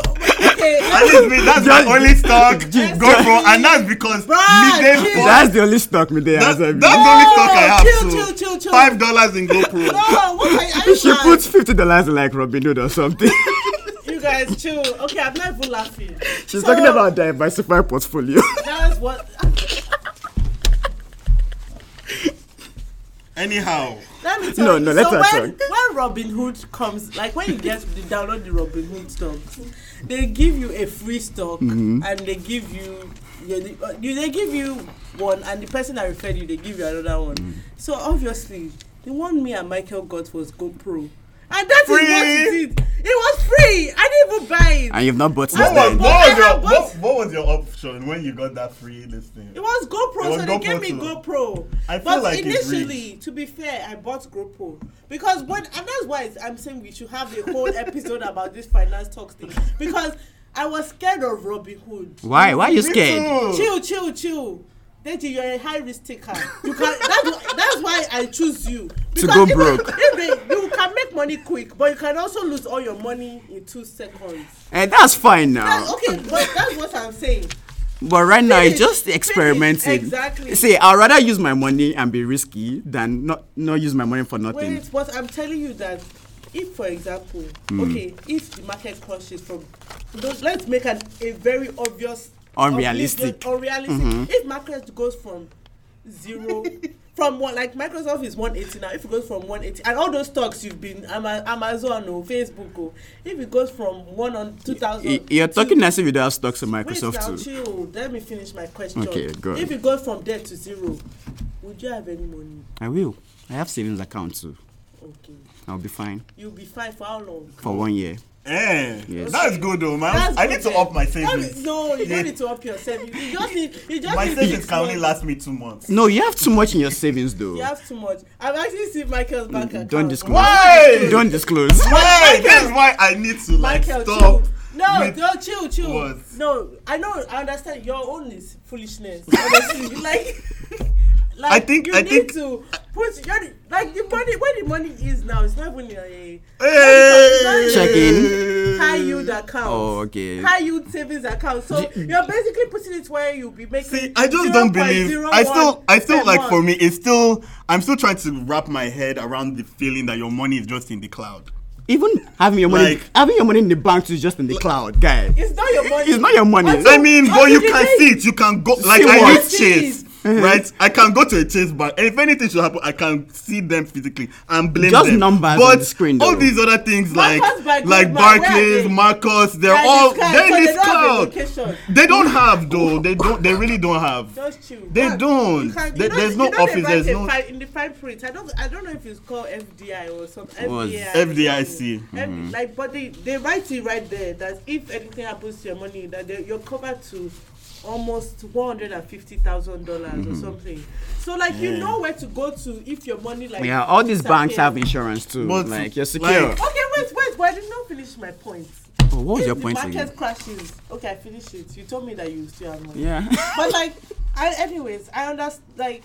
Speaker 3: okay,
Speaker 1: At least me, that's my
Speaker 2: Just-
Speaker 1: only stock,
Speaker 2: just-
Speaker 1: GoPro, and that's because
Speaker 3: Bruh,
Speaker 1: Mide
Speaker 3: chill.
Speaker 1: bought-
Speaker 2: That's the only stock midday
Speaker 1: That's,
Speaker 2: has.
Speaker 1: that's
Speaker 2: I mean.
Speaker 1: the only stock I have.
Speaker 3: Chill,
Speaker 1: so
Speaker 3: chill, chill, chill.
Speaker 1: Five dollars in GoPro.
Speaker 3: no, what are you? Are
Speaker 2: You
Speaker 3: you,
Speaker 2: should
Speaker 3: mad?
Speaker 2: put fifty dollars like Robin Hood or something.
Speaker 3: you guys chill. Okay, I'm not even laughing.
Speaker 2: She's
Speaker 3: So,
Speaker 2: talking about diversify portfolio.
Speaker 3: That's what.
Speaker 1: Anyhow,
Speaker 3: Let me
Speaker 2: No,
Speaker 3: tell
Speaker 2: no,
Speaker 3: you.
Speaker 2: let
Speaker 3: so
Speaker 2: her
Speaker 3: when,
Speaker 2: talk.
Speaker 3: when Robin Hood comes, like when you get to download the Robin Hood stocks, they give you a free stock
Speaker 2: Mm-hmm.
Speaker 3: and they give you, you, uh, you- they give you one and the person that referred you they give you another one.
Speaker 2: Mm.
Speaker 3: So obviously the one me and Michael got was GoPro, and that is what
Speaker 1: Free.
Speaker 3: it is. was free. I didn't even buy it.
Speaker 2: And you've not
Speaker 1: What
Speaker 2: bought since
Speaker 1: was,
Speaker 2: then.
Speaker 1: what,
Speaker 3: I
Speaker 1: was your,
Speaker 3: have
Speaker 1: what,
Speaker 3: both.
Speaker 1: what was your option when you got that free listing?
Speaker 3: It was GoPro,
Speaker 1: It was GoPro
Speaker 3: so they gave me
Speaker 1: too.
Speaker 3: GoPro.
Speaker 1: I feel
Speaker 3: but
Speaker 1: like it's
Speaker 3: initially, to be fair, I bought GoPro because when and that's why it's- I'm saying we should have a whole episode about this finance talks thing because I was scared of Robin Hood.
Speaker 2: Why? Why are you
Speaker 1: Me
Speaker 2: scared?
Speaker 1: too.
Speaker 3: Chill, chill, chill. Deji, you're a high risk taker. You can that's, that's why I choose you.
Speaker 2: go
Speaker 3: if-
Speaker 2: broke.
Speaker 3: if they- you can make money quick, but you can also lose all your money in two seconds.
Speaker 2: And Eh, that's fine
Speaker 1: Ah.
Speaker 3: That's,
Speaker 2: now.
Speaker 3: okay, but that's what I'm saying.
Speaker 2: But right now, it's
Speaker 3: Finish,
Speaker 2: just
Speaker 3: finish,
Speaker 2: experimenting.
Speaker 3: exactly.
Speaker 2: See, I'd rather use my money and be risky than not not use my money for nothing.
Speaker 3: Wait, but I'm telling you that if, for example,
Speaker 2: Hmm.
Speaker 3: okay, if the market crashes from, those- let's make an, a very obvious,
Speaker 2: Unrealistic. Mm-hmm.
Speaker 3: obvious- unrealistic. If market goes from zero, from what like Microsoft is 180 now. If it goes from 180, and all those stocks you've been Ama- Amazon or Facebook, or if it goes from one on 2000,
Speaker 2: Y- You're
Speaker 3: to-
Speaker 2: talking as if you don't have stocks in
Speaker 3: Wait
Speaker 2: Microsoft too.
Speaker 3: now, chill. Let me finish my question.
Speaker 2: Okay, go on.
Speaker 3: If it goes from there to zero, would you have any money?
Speaker 2: I will. I have savings account too.
Speaker 3: Okay.
Speaker 2: I'll be fine
Speaker 3: You'll be fine for how long?
Speaker 2: for one year.
Speaker 1: Eh,
Speaker 2: Yes.
Speaker 1: that's good though, man.
Speaker 3: That's
Speaker 1: I
Speaker 3: good
Speaker 1: need to
Speaker 3: then.
Speaker 1: up my
Speaker 3: That
Speaker 1: savings.
Speaker 3: is- No, you
Speaker 1: Yeah.
Speaker 3: don't need to up your savings. You just need, you just
Speaker 1: My
Speaker 3: need
Speaker 1: savings
Speaker 3: six
Speaker 1: can only
Speaker 3: months.
Speaker 1: last me two months.
Speaker 2: No, you have too much in your savings though.
Speaker 3: You have too much. I've actually seen Michael's bank account.
Speaker 2: Mm, Don't disclose.
Speaker 1: Why?
Speaker 2: Don't disclose.
Speaker 1: Why? That's why I need to like
Speaker 3: Michael,
Speaker 1: stop.
Speaker 3: chill. No,
Speaker 1: with-
Speaker 3: no, chill, chill.
Speaker 1: What?
Speaker 3: No, I know, I understand. Your own is foolishness. Honestly, like, like
Speaker 1: I think-
Speaker 3: you
Speaker 1: I
Speaker 3: need
Speaker 1: think-
Speaker 3: to put your like the money where the money is now. It's not even a
Speaker 1: Hey!
Speaker 2: Check
Speaker 3: It's not high yield account.
Speaker 2: Oh, okay.
Speaker 3: High yield savings account. So you're basically putting it where you'll be making.
Speaker 1: See, I just don't believe. I still, I still
Speaker 3: 0.01
Speaker 1: like
Speaker 3: per
Speaker 1: for
Speaker 3: month.
Speaker 1: me, it's still. I'm still trying to wrap my head around the feeling that your money is just in the cloud.
Speaker 2: Even having your money,
Speaker 1: Like-
Speaker 2: having your money in the bank is just in the cloud, guy.
Speaker 3: It's not your money.
Speaker 2: It's not your money.
Speaker 3: Until-
Speaker 1: I mean, but
Speaker 3: until
Speaker 1: you
Speaker 3: the
Speaker 1: can
Speaker 3: day-
Speaker 1: see it. You can go. Like
Speaker 2: See
Speaker 1: I
Speaker 2: what?
Speaker 1: use Chase,
Speaker 2: Mhm.
Speaker 1: right? I can go to a Chase bank. and If anything should happen, I can see them physically and blame
Speaker 2: Just
Speaker 1: them.
Speaker 2: numbers
Speaker 1: but
Speaker 2: on the screen,
Speaker 1: all
Speaker 2: though.
Speaker 1: these other things like
Speaker 3: Marcus by
Speaker 1: like
Speaker 3: Goldman, where are
Speaker 1: Barclays,
Speaker 3: they?
Speaker 1: Marcos, they're
Speaker 3: They're
Speaker 1: all
Speaker 3: in the sky,
Speaker 1: they're in
Speaker 3: so they
Speaker 1: this
Speaker 3: don't have a
Speaker 1: cloud.
Speaker 3: location.
Speaker 1: They don't have though. They don't. They really don't have.
Speaker 3: Just chill.
Speaker 1: They
Speaker 3: But
Speaker 1: don't.
Speaker 3: you can- you
Speaker 1: There-
Speaker 3: know-
Speaker 1: there's
Speaker 3: you
Speaker 1: no
Speaker 3: know they
Speaker 1: office,
Speaker 3: write
Speaker 1: there's
Speaker 3: a
Speaker 1: no-
Speaker 3: fine- in the fine print. I don't. I don't know if it's called FDI or something.
Speaker 2: Was-
Speaker 3: FDI.
Speaker 1: FDIC.
Speaker 3: F- Like, but they they write it right there that if anything happens to your money, that they, you're covered to almost one hundred and fifty thousand dollars or
Speaker 1: Mm-hmm.
Speaker 3: something. So like you know where to go to if your money like
Speaker 2: Yeah, all these banks
Speaker 3: disappears.
Speaker 2: have insurance too.
Speaker 1: But,
Speaker 2: like you're secure.
Speaker 1: like-
Speaker 3: Okay, wait, wait. Why did not finish my point?
Speaker 2: Oh, what was
Speaker 3: If
Speaker 2: your
Speaker 3: the
Speaker 2: point
Speaker 3: market
Speaker 2: again?
Speaker 3: crashes. Okay, I finished it. You told me that you still have money.
Speaker 2: Yeah.
Speaker 3: but like, I, anyways, I understand. Like,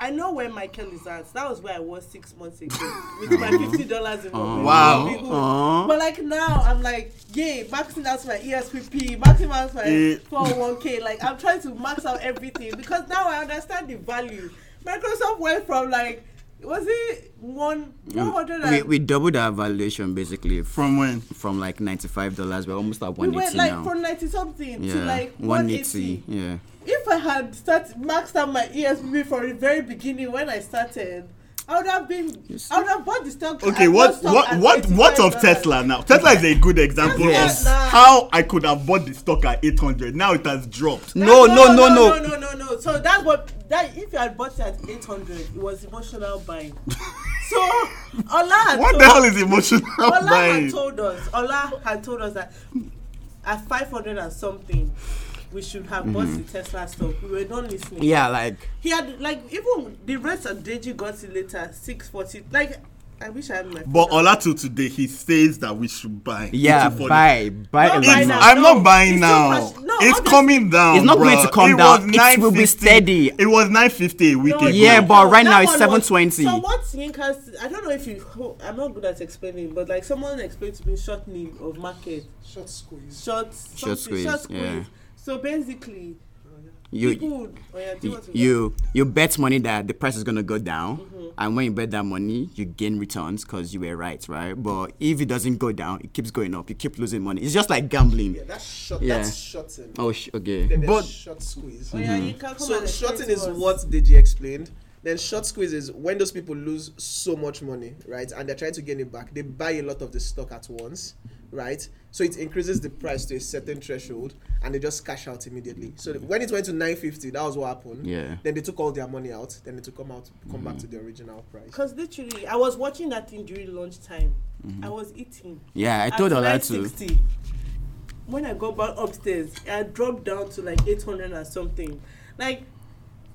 Speaker 3: I know where Michael is at. That was where I was six months ago with my
Speaker 2: Uh-huh.
Speaker 3: fifty dollars in Robinhood.
Speaker 1: Wow.
Speaker 2: Aw.
Speaker 3: But like now, I'm like, yay, maxing out my E ESPP, maxing out
Speaker 1: Eh.
Speaker 3: my four hundred one k. Like, I'm trying to max out everything because now I understand the value. Microsoft went from like, was it one one hundred
Speaker 2: we,
Speaker 3: and
Speaker 2: we doubled our valuation basically from,
Speaker 1: From when?
Speaker 2: from like ninety five dollars. We're almost at
Speaker 3: we
Speaker 2: one
Speaker 3: went
Speaker 2: eighty
Speaker 3: like
Speaker 2: now.
Speaker 3: from ninety something
Speaker 2: yeah,
Speaker 3: to like one
Speaker 2: one
Speaker 3: eighty.
Speaker 2: eighty. Yeah.
Speaker 3: if I had started maxed out my ESP from the very beginning when I started, I would have been, I would have bought the stock.
Speaker 1: Okay,
Speaker 3: I
Speaker 1: what
Speaker 3: bought stock
Speaker 1: what
Speaker 3: at
Speaker 1: what what of
Speaker 3: $85.
Speaker 1: Tesla now? Tesla is a good example
Speaker 2: Yes.
Speaker 1: of
Speaker 3: Tesla.
Speaker 1: how I could have bought the stock at 800. Now it has dropped.
Speaker 3: That-
Speaker 2: No, no, no,
Speaker 3: no,
Speaker 2: no.
Speaker 3: no, no, no. So that's what that if you had bought it at eight hundred, it was emotional buying. so Allah had
Speaker 1: What
Speaker 3: told,
Speaker 1: the hell is emotional
Speaker 3: Ola
Speaker 1: buying?
Speaker 3: had told us. Ola had told us that at five hundred and something, we should have bought
Speaker 1: Mm-hmm.
Speaker 3: the Tesla stock. We were not listening.
Speaker 2: Yeah, like
Speaker 3: He had like even the rest of Deji got it later, six forty. Like I wish I had my.
Speaker 1: But Olatu today, he says that we should buy.
Speaker 2: yeah,
Speaker 1: 240.
Speaker 2: buy buy
Speaker 3: Not
Speaker 2: a
Speaker 3: buy
Speaker 2: lot
Speaker 1: It's-
Speaker 3: now.
Speaker 2: more.
Speaker 1: I'm
Speaker 3: No,
Speaker 1: not buying
Speaker 3: it's too
Speaker 1: now.
Speaker 3: much. No,
Speaker 1: it's
Speaker 3: obviously-
Speaker 1: coming down.
Speaker 2: It's not going
Speaker 1: bruh.
Speaker 2: to come
Speaker 1: It
Speaker 2: down.
Speaker 1: was
Speaker 2: It will be
Speaker 1: 950
Speaker 2: steady.
Speaker 1: It was 950 a week ago.
Speaker 2: Yeah, but right now it's
Speaker 3: that one was-
Speaker 2: 720.
Speaker 3: So what Yinka? I don't know if you. oh, I'm not good at explaining, but like someone explained to me short name of market,
Speaker 4: Short squeeze.
Speaker 3: short something,
Speaker 2: squeeze,
Speaker 3: short squeeze.
Speaker 2: yeah.
Speaker 3: So basically, people.
Speaker 2: You
Speaker 3: would- Oh yeah, do you
Speaker 2: you
Speaker 3: want to go?
Speaker 2: you, you bet money that the price is gonna go down, and when you bet that money, you gain returns because you were right, right? But if it doesn't go down, it keeps going up. You keep losing money. It's just like gambling.
Speaker 4: Yeah, that's short.
Speaker 2: Yeah.
Speaker 4: That's shorting.
Speaker 2: Oh, Mm-hmm. sh- okay.
Speaker 4: Then there's
Speaker 1: But-
Speaker 4: short squeeze.
Speaker 3: Oh yeah, you can come
Speaker 4: So
Speaker 3: and explain
Speaker 4: shorting
Speaker 3: to
Speaker 4: is
Speaker 3: us.
Speaker 4: what Deji explained. Then short squeeze is when those people lose so much money, right? And they're trying to gain it back. They buy a lot of the stock at once, right? So it increases the price to a certain threshold, and they just cash out immediately. So when it went to nine fifty, that was what happened.
Speaker 2: Mm-hmm. Yeah.
Speaker 4: Then they took all their money out. Then it to come out, come back to the original price.
Speaker 3: Because literally, I was watching that thing during lunchtime.
Speaker 2: Mm-hmm.
Speaker 3: I was eating.
Speaker 2: Yeah, I
Speaker 3: At
Speaker 2: told her that too.
Speaker 3: 960, When I got back upstairs, I dropped down to like 800 or something. Like,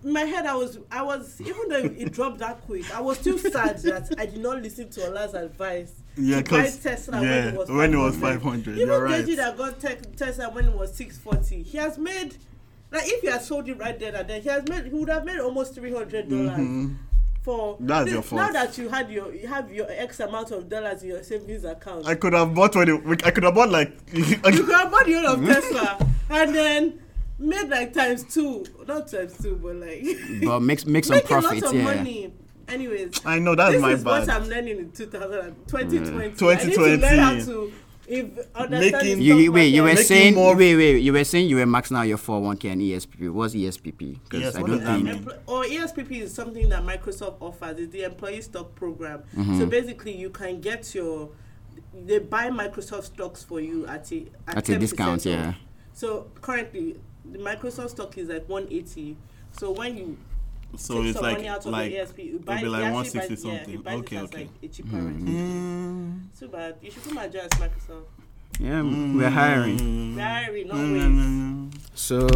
Speaker 3: in my head, I was, I was, even though it dropped that quick, I was still sad that I did not listen to Ola's advice.
Speaker 1: Yeah,
Speaker 3: to buy
Speaker 1: 'cause-
Speaker 3: Tesla
Speaker 1: yeah,
Speaker 3: when it was
Speaker 1: when it was 500,
Speaker 3: Even
Speaker 1: you're right.
Speaker 3: Deji that got te- Tesla when it was 640, he has made, like, if he had sold it right then and then, he has made, he would have made almost 300 dollars
Speaker 1: Mhm.
Speaker 3: for
Speaker 1: That's your
Speaker 3: now
Speaker 1: fault.
Speaker 3: that you had your you have your X amount of dollars in your savings account.
Speaker 1: I could have bought twenty. I could have bought like.
Speaker 3: you can buy the whole of Tesla and then made like times two, not times two, but like
Speaker 2: But make make some
Speaker 3: make
Speaker 2: profit.
Speaker 3: a lot of
Speaker 2: yeah.
Speaker 3: money. Anyways,
Speaker 1: I know that's
Speaker 3: this
Speaker 1: my
Speaker 3: is what
Speaker 1: bad.
Speaker 3: I'm learning in 2020. 2020. I need to
Speaker 1: 2020.
Speaker 3: learn how to if understand
Speaker 1: Making-
Speaker 3: the
Speaker 2: You,
Speaker 3: stock
Speaker 2: you wait. You
Speaker 1: Making
Speaker 2: were
Speaker 3: market.
Speaker 2: saying
Speaker 1: more-
Speaker 2: wait, wait. You were saying you were maxing out your 401k and E ESPP. What's ESPP?
Speaker 1: Yes,
Speaker 2: Because I
Speaker 1: what
Speaker 2: don't
Speaker 1: does that
Speaker 2: think.
Speaker 1: mean?
Speaker 3: Empl- or E ESPP is something that Microsoft offers. It's the employee stock program.
Speaker 2: Mm-hmm.
Speaker 3: So basically, you can get your they buy Microsoft stocks for you at a at,
Speaker 2: At a
Speaker 3: 10%
Speaker 2: discount,
Speaker 3: off.
Speaker 2: yeah.
Speaker 3: So currently, the Microsoft stock is like one eighty. So when you
Speaker 1: So
Speaker 3: take
Speaker 1: it's
Speaker 3: some
Speaker 1: like-
Speaker 3: money out of
Speaker 1: like,
Speaker 3: the E ESP, you
Speaker 1: it'll
Speaker 3: buy
Speaker 1: be like
Speaker 3: you
Speaker 1: 160
Speaker 3: actually buy- Yeah, you
Speaker 1: something.
Speaker 3: buy it
Speaker 1: Okay,
Speaker 3: as,
Speaker 1: okay.
Speaker 3: Like a cheaper rate.
Speaker 2: Mm-hmm.
Speaker 1: Mm,
Speaker 3: Too bad. You should come and join us, Microsoft.
Speaker 2: Yeah, we're hiring.
Speaker 1: Mm-hmm.
Speaker 3: Very not waste.
Speaker 2: So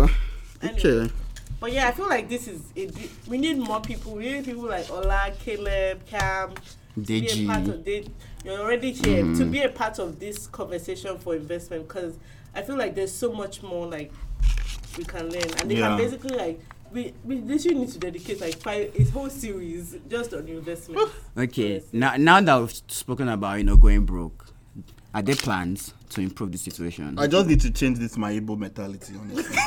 Speaker 3: Anyway.
Speaker 2: okay.
Speaker 3: But yeah, I feel like this is it. We need more people. We need people like Ola, Caleb, Cam, to be
Speaker 2: Deji. Mm-hmm.
Speaker 3: a part of this. You're already here to be a part of this conversation for investment because I feel like there's so much more like we can learn, and they
Speaker 1: Yeah.
Speaker 3: can basically like we we literally need to dedicate like five a whole series just on investment.
Speaker 2: Okay.
Speaker 3: Yes.
Speaker 2: Now now that we've spoken about you know going broke, are there plans to improve the situation?
Speaker 1: I just need to change this my Igbo mentality, honestly.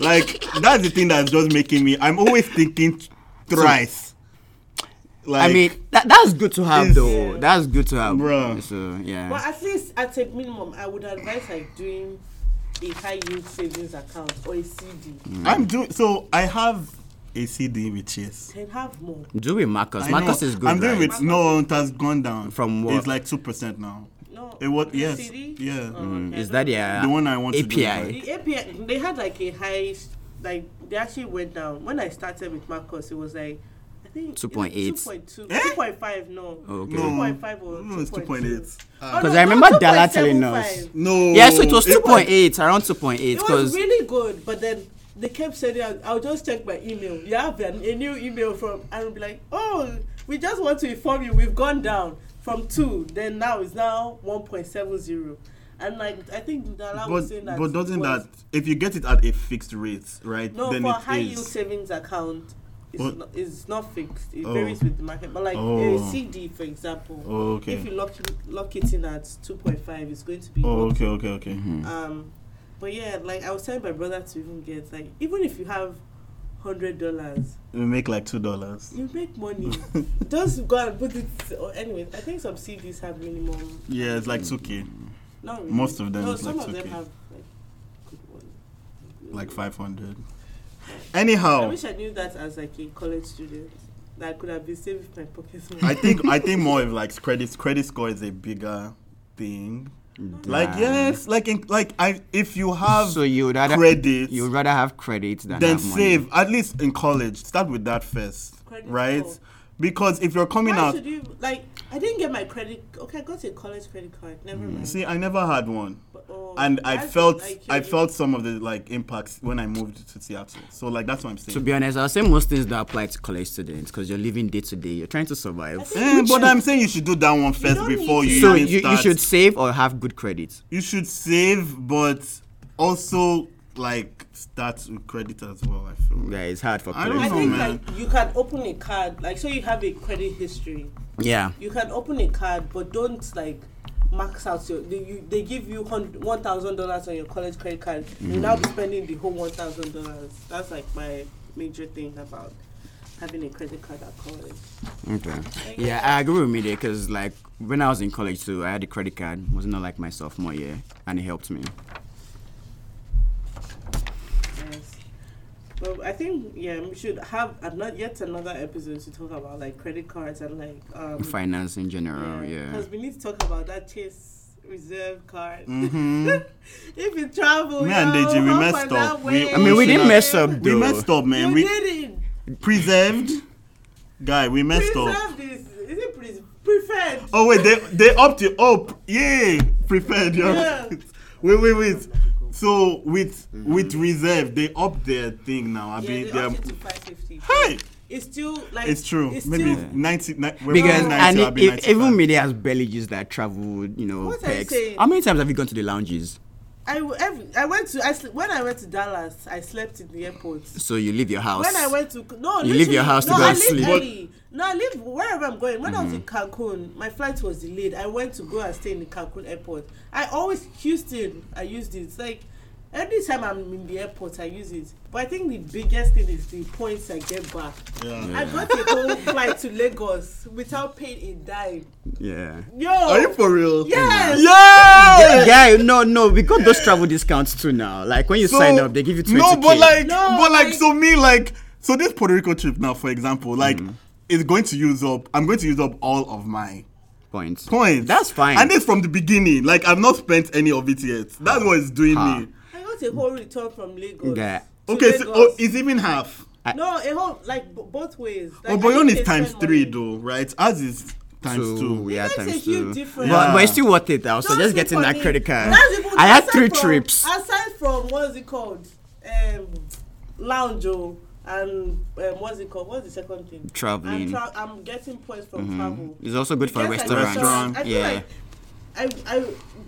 Speaker 1: like that's the thing that's just making me. I'm always thinking thrice. Like,
Speaker 2: I mean that, that's good to have
Speaker 1: It's-
Speaker 2: though.
Speaker 3: Yeah.
Speaker 2: That's good to have.
Speaker 1: Bruh.
Speaker 2: So
Speaker 3: But
Speaker 2: yeah.
Speaker 3: at least at a minimum, I would advise like doing a high yield savings account or a CD.
Speaker 2: Mm.
Speaker 1: I'm doing so. I have a CD with Chase.
Speaker 3: Then have more.
Speaker 2: Do with Marcus.
Speaker 1: I
Speaker 2: Marcus
Speaker 1: know.
Speaker 2: is good.
Speaker 1: I'm doing
Speaker 2: right?
Speaker 1: with no, it has gone down
Speaker 2: From what?
Speaker 1: It's like two percent now.
Speaker 3: No.
Speaker 1: It was
Speaker 3: the
Speaker 1: yes,
Speaker 3: CD?
Speaker 1: yeah.
Speaker 3: Oh, okay.
Speaker 2: Mm-hmm. Is that their
Speaker 1: The one I want to do,
Speaker 2: API?
Speaker 1: right?
Speaker 3: The API, they had like a high, like they actually went down. When I started with Marcus, it was like, I think
Speaker 2: 2.8.
Speaker 3: 2.2,
Speaker 1: Eh?
Speaker 3: 2.5, no.
Speaker 2: Oh, okay.
Speaker 1: No.
Speaker 3: 2.5 or
Speaker 1: No, it's
Speaker 3: 2.8.
Speaker 1: 2.8.
Speaker 3: Because
Speaker 2: I remember Dala telling us.
Speaker 1: No.
Speaker 2: Yeah, so it was 2.8, around 2.8.
Speaker 3: It was
Speaker 2: Because
Speaker 3: really good, but then they kept saying, I'll, I'll just check my email. You have an, a new email from, and I'll be like, oh, we just want to inform you, we've gone down from 2, then now it's now 1.70. And like, I think Dala was
Speaker 1: But,
Speaker 3: saying that.
Speaker 1: but
Speaker 3: it
Speaker 1: doesn't
Speaker 3: was-
Speaker 1: that if you get it at a fixed rate, right?
Speaker 3: No,
Speaker 1: then
Speaker 3: for
Speaker 1: it
Speaker 3: high yield
Speaker 1: is.
Speaker 3: savings account, it's,
Speaker 1: What?
Speaker 3: not, it's not fixed. It
Speaker 1: Oh.
Speaker 3: varies with the market. But like
Speaker 1: Oh.
Speaker 3: a CD, for example,
Speaker 1: Oh, okay.
Speaker 3: if you lock lock it in at two point five, it's going to be.
Speaker 1: Oh, okay, okay, okay.
Speaker 2: Mm-hmm.
Speaker 3: Um, but yeah, like I was telling my brother to even get like even if you have hundred dollars,
Speaker 1: We make like two dollars.
Speaker 3: you make money. Just go and put it. Or anyway, I think some CDs have minimum.
Speaker 1: Yeah, it's like 2k,
Speaker 3: Not really.
Speaker 1: Most of them
Speaker 3: No,
Speaker 1: is
Speaker 3: some
Speaker 1: like
Speaker 3: of them
Speaker 1: 2K.
Speaker 3: have like good ones.
Speaker 1: like Oh. 500.
Speaker 3: I
Speaker 1: Anyhow,
Speaker 3: wish I knew that as like a college student. That I could have been saved with my pocket money.
Speaker 1: I think I think more of like credit credit score is a bigger thing. Like
Speaker 2: Damn.
Speaker 1: yes, like in, like I if you have
Speaker 2: so you would rather
Speaker 1: credit,
Speaker 2: you'd rather have credit than
Speaker 1: then
Speaker 2: have money.
Speaker 1: save at least in college. Start with that first,
Speaker 3: Credit
Speaker 1: right?
Speaker 3: score.
Speaker 1: Because if you're coming
Speaker 3: Why
Speaker 1: out,
Speaker 3: should you like? I didn't get my credit. Okay, I got a college credit card. Never mind.
Speaker 1: Mm. see, I never had one.
Speaker 3: But, oh,
Speaker 1: and I
Speaker 3: that's
Speaker 1: felt
Speaker 3: like
Speaker 1: I
Speaker 3: you-
Speaker 1: felt some of the like impacts when I moved to Seattle. So like that's what I'm
Speaker 2: To
Speaker 1: saying.
Speaker 2: be honest, I'll say most things that apply to college students because you're living day to day, you're trying to survive.
Speaker 3: think-
Speaker 1: Eh, but I'm saying you should do that one first
Speaker 3: don't need
Speaker 1: before
Speaker 3: to-
Speaker 1: you.
Speaker 2: So
Speaker 1: even
Speaker 2: you, you
Speaker 1: start.
Speaker 2: should save or have good credit.
Speaker 1: you should save, but also like start with credit as well. I feel.
Speaker 2: Yeah, it's hard for
Speaker 1: I
Speaker 2: credit.
Speaker 1: don't
Speaker 3: I
Speaker 1: know,
Speaker 3: think
Speaker 1: man.
Speaker 3: like you can open a card, like so you have a credit history.
Speaker 2: Yeah.
Speaker 3: You can open a card, but don't like max out your. They, you, they give you hun- one thousand dollars on your college credit card. You now be spending the whole one thousand dollars. That's like my major thing about having a credit card at college.
Speaker 2: Okay. Yeah, I agree with me there because like when I was in college too, I had a credit card. Was not like my sophomore year, and it helped me.
Speaker 3: Yes. But I think yeah, we should have another yet another episode to talk about like credit cards and like um
Speaker 2: Finance in
Speaker 1: Oh,
Speaker 2: general, yeah.
Speaker 3: Because we need to talk about that Chase Reserve card.
Speaker 1: hmm
Speaker 3: if you travel,
Speaker 1: Me and
Speaker 3: yo,
Speaker 1: Deji, we
Speaker 3: hop
Speaker 1: messed
Speaker 3: on
Speaker 1: up.
Speaker 3: that
Speaker 1: We-
Speaker 3: wave.
Speaker 2: I mean, we
Speaker 1: should
Speaker 2: didn't
Speaker 1: have-
Speaker 2: mess up
Speaker 1: We
Speaker 2: though.
Speaker 1: messed up, man.
Speaker 3: You
Speaker 1: we
Speaker 3: did it.
Speaker 1: preserved. Guy, we messed up.
Speaker 3: Preserve this. Is it pre- preferred? preferred.
Speaker 1: Oh wait, they they upped it up. Yay, preferred. You're
Speaker 3: Yeah.
Speaker 1: right. Wait, wait, wait. So with with reserve, they upped their thing now. I
Speaker 3: Yeah,
Speaker 1: mean,
Speaker 3: they
Speaker 1: they're
Speaker 3: upped it to 550.
Speaker 1: hey,
Speaker 3: It's still like
Speaker 1: it's true.
Speaker 3: It's
Speaker 1: Maybe
Speaker 3: still,
Speaker 1: ninety. Ni- we're
Speaker 2: Because
Speaker 1: probably 90,
Speaker 2: and
Speaker 1: I'll
Speaker 2: it,
Speaker 1: be
Speaker 2: it, even
Speaker 1: 95.
Speaker 2: media has barely used that travel, you know,
Speaker 3: What are you
Speaker 2: perks.
Speaker 3: saying?
Speaker 2: How many times have you gone to the lounges?
Speaker 3: I, w- every, I went to I sl- when I went to Dallas, I slept in the airport.
Speaker 2: So you leave your house.
Speaker 3: When I went to no,
Speaker 2: You leave your
Speaker 3: literally-
Speaker 2: house to
Speaker 3: no,
Speaker 2: go
Speaker 3: I
Speaker 2: and
Speaker 3: leave
Speaker 2: sleep.
Speaker 3: Early. No, I live wherever I'm going. When I was in
Speaker 1: Mm.
Speaker 3: Cancun, my flight was delayed. I went to go and stay in the Cancun airport. I always Houston. I used it. It's like every time I'm in the airport, I use it. But I think the biggest thing is the points I get back.
Speaker 1: Yeah.
Speaker 3: I got a whole flight to Lagos without paying a dime.
Speaker 2: yeah.
Speaker 3: Yo,
Speaker 1: Are you for real?
Speaker 3: Yes.
Speaker 1: Yeah.
Speaker 2: Yeah, no, no, we got those travel discounts too now. Like when you sign up, they give you 20
Speaker 1: No, but like,
Speaker 3: No,
Speaker 1: but like,
Speaker 3: like-
Speaker 1: so me, like, so this Puerto Rico trip now, for example, like,
Speaker 2: Mm.
Speaker 1: is going to use up. I'm going to use up all of my
Speaker 2: points.
Speaker 1: points.
Speaker 2: That's fine.
Speaker 1: And it's from the beginning. Like, I've not spent any of it yet. That's what it's doing
Speaker 2: Huh.
Speaker 1: me.
Speaker 3: I got a whole return from Lagos.
Speaker 2: Yeah.
Speaker 3: to
Speaker 1: Okay, so
Speaker 3: Lagos.
Speaker 1: oh, it's even half. Oh,
Speaker 3: no, a whole like b- both ways.
Speaker 1: But
Speaker 3: Like, I
Speaker 1: Boyon
Speaker 3: think
Speaker 1: is
Speaker 3: they
Speaker 1: times
Speaker 3: spend
Speaker 1: three,
Speaker 3: money.
Speaker 1: though, right? Ours is times two.
Speaker 2: we are
Speaker 3: It makes a
Speaker 2: times
Speaker 3: huge
Speaker 2: two.
Speaker 3: difference.
Speaker 2: But, but it's
Speaker 1: Yeah.
Speaker 2: still worth it though. So
Speaker 3: Don't
Speaker 2: just
Speaker 3: sleep
Speaker 2: getting
Speaker 3: on
Speaker 2: that
Speaker 3: it.
Speaker 2: credit card.
Speaker 3: That's even-
Speaker 2: I had
Speaker 3: aside
Speaker 2: three
Speaker 3: from-
Speaker 2: trips.
Speaker 3: Aside from what's it called, um, lounge oh, and um, what's it called? What's the second thing?
Speaker 2: Traveling.
Speaker 3: I'm, tra- I'm getting points from travel.
Speaker 2: It's also good for
Speaker 3: Yes, I
Speaker 2: restaurants.
Speaker 1: restaurant,
Speaker 3: I feel
Speaker 2: yeah.
Speaker 3: like I, I,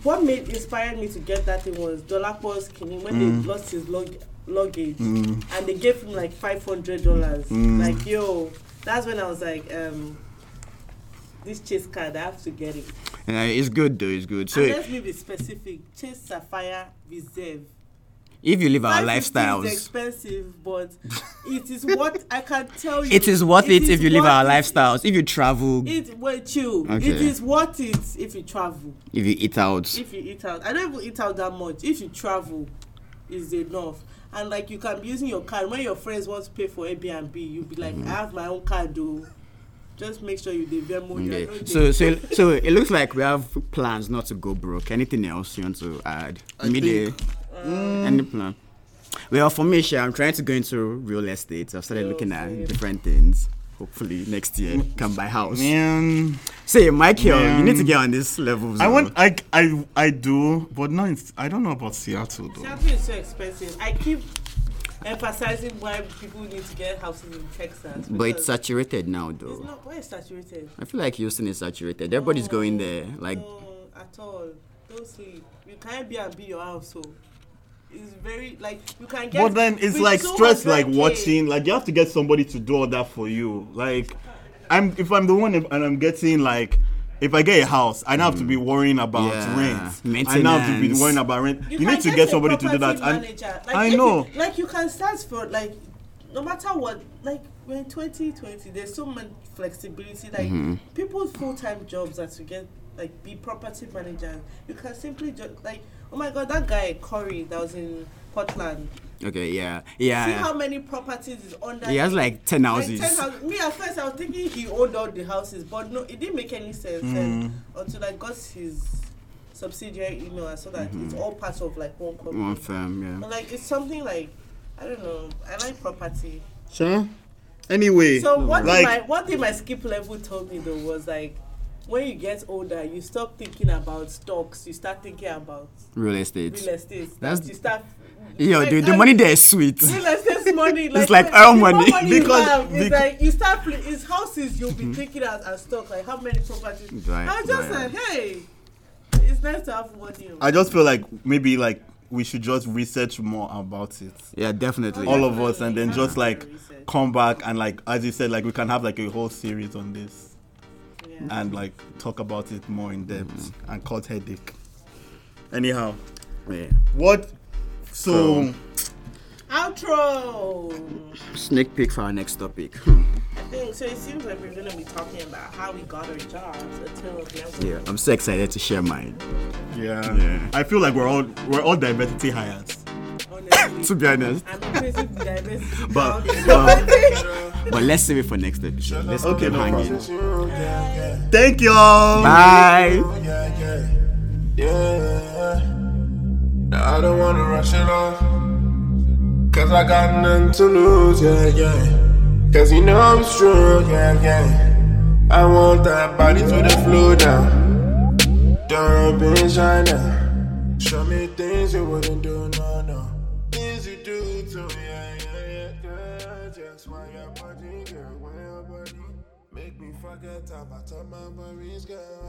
Speaker 3: what made inspired me to get that thing was Dolapo's Kini when
Speaker 2: Mm.
Speaker 3: they lost his lug, luggage and they gave him like five hundred dollars.
Speaker 2: Mm.
Speaker 3: Like yo, that's when I was like, um, this chase card, I have to get it.
Speaker 2: Yeah, uh, it's good though. It's good. So
Speaker 3: and let's be specific. Chase Sapphire Reserve.
Speaker 2: if you live our
Speaker 3: 550 Is
Speaker 2: lifestyles,
Speaker 3: expensive, but it is what I can tell you.
Speaker 2: it is worth it,
Speaker 3: is
Speaker 2: if you live our
Speaker 3: worth it.
Speaker 2: lifestyles. If you travel,
Speaker 3: It well, chill.
Speaker 2: Okay.
Speaker 3: It is worth it if you travel.
Speaker 2: if you eat out,
Speaker 3: If you eat out, I don't even eat out that much. If you travel, is enough. And like you can be using your card when your friends want to pay for Airbnb, you'll be like,
Speaker 2: Mm-hmm.
Speaker 3: I have my own card, though. Just make sure you they Venmo. their
Speaker 2: Okay.
Speaker 3: own
Speaker 2: So
Speaker 3: thing.
Speaker 2: so so it looks like we have plans not to go broke. Anything else you want to add?
Speaker 1: I
Speaker 2: Media. Any plan? Well, for me, sha, I'm trying to go into real estate. I've started
Speaker 3: Yo,
Speaker 2: looking at
Speaker 3: same.
Speaker 2: different things. Hopefully next year can buy house.
Speaker 1: Man,
Speaker 2: Say, Michael, you need to
Speaker 1: Man.
Speaker 2: get on this level.
Speaker 1: I
Speaker 2: so-
Speaker 1: want, I, I, I do, but no, it's, I don't know about Seattle though.
Speaker 3: Seattle is so expensive. I keep emphasizing why people need to get houses in Texas.
Speaker 2: But it's
Speaker 3: because
Speaker 2: saturated now,
Speaker 3: it's
Speaker 2: though.
Speaker 3: not where it's saturated.
Speaker 2: I feel like Houston is saturated. Everybody's going there. Like
Speaker 3: No, at all. Don't sleep. You can't be and be your house. So it's very like you can get.
Speaker 1: But then it's
Speaker 3: with
Speaker 1: like stress,
Speaker 3: 200K.
Speaker 1: like watching. Like you have to get somebody to do all that for you. Like, I'm if I'm the one if- and I'm getting like. If I get a house, I now have to be worrying about
Speaker 2: Mm. Yeah,
Speaker 1: rent. I now have to be
Speaker 2: maintenance.
Speaker 1: worrying about rent. You,
Speaker 3: can
Speaker 1: need to get
Speaker 3: a
Speaker 1: somebody to do
Speaker 3: property
Speaker 1: that. And
Speaker 3: manager. Like,
Speaker 1: I
Speaker 3: if you-
Speaker 1: know.
Speaker 3: like you can start for like, no matter what. Like we're in 2020. There's so much flexibility. Like
Speaker 1: Mm-hmm.
Speaker 3: people's full time jobs are to get like be property manager. You can simply just like oh my god that guy Corey that was in Portland.
Speaker 2: okay, yeah,
Speaker 3: See how
Speaker 2: yeah.
Speaker 3: many properties is under.
Speaker 2: He has
Speaker 3: him?
Speaker 2: like ten
Speaker 3: Like,
Speaker 2: houses.
Speaker 3: 10 house- Me at first I was thinking he owned all the houses, but no, it didn't make any sense
Speaker 1: Mm.
Speaker 3: and until I got his subsidiary email. I saw that
Speaker 1: Mm-hmm.
Speaker 3: it's all part of like one company.
Speaker 2: One firm, yeah.
Speaker 3: But like it's something like I don't know. I like property.
Speaker 1: Sure. Anyway,
Speaker 3: So one thing
Speaker 1: like
Speaker 3: my one thing my skip level told me though was like when you get older you stop thinking about stocks, you start thinking about
Speaker 2: Real estate.
Speaker 3: real estate.
Speaker 2: That's-
Speaker 3: you start
Speaker 2: Yo,
Speaker 3: like,
Speaker 2: dude, the
Speaker 3: I-
Speaker 2: money there is sweet.
Speaker 3: real estate money. Like,
Speaker 2: like
Speaker 3: the
Speaker 2: oil
Speaker 3: more
Speaker 2: money.
Speaker 3: you
Speaker 1: Because-
Speaker 3: have, it's
Speaker 1: bec-
Speaker 3: like you start. pl- It's houses you'll be thinking as and stock. Like how many properties?
Speaker 2: Right,
Speaker 3: I was just
Speaker 2: right.
Speaker 3: like, hey, it's nice to have money.
Speaker 1: I just feel like maybe like we should just research more about it,
Speaker 2: Yeah, definitely.
Speaker 1: all of us, and then
Speaker 3: Yeah.
Speaker 1: just like
Speaker 3: Research.
Speaker 1: come back and like as you said, like we can have like a whole series on this.
Speaker 3: Yeah.
Speaker 1: and like talk about it more in depth
Speaker 2: Mm-hmm.
Speaker 1: and cause headache. Anyhow,
Speaker 2: Yeah.
Speaker 1: what? So
Speaker 3: Outro.
Speaker 2: Sneak peek for our next topic.
Speaker 1: Hmm.
Speaker 3: I think so. It seems like we're gonna be talking about how we got our jobs until next
Speaker 2: yeah, I'm so excited to share mine.
Speaker 1: yeah.
Speaker 2: Yeah.
Speaker 1: I feel like we're all we're all diversity hires.
Speaker 2: To
Speaker 3: Honestly,
Speaker 2: be honest.
Speaker 3: I'm increasing diversity.
Speaker 1: But-
Speaker 2: But let's save it for next episode. Let's keep
Speaker 1: Okay,
Speaker 2: them
Speaker 1: no
Speaker 2: hanging.
Speaker 1: Thank y'all.
Speaker 2: Bye.
Speaker 5: Yeah. Nah, I don't wanna rush it off. Cause I got nothing to lose, yeah, yeah. Cause you know I'm strong, yeah, yeah. I want that body to the floor now. Don't be shy now. Show me things you wouldn't do, no, no. Things you do to me, yeah, yeah, yeah, girl. Just why your body, girl, why your body? Make me forget about all my worries, girl.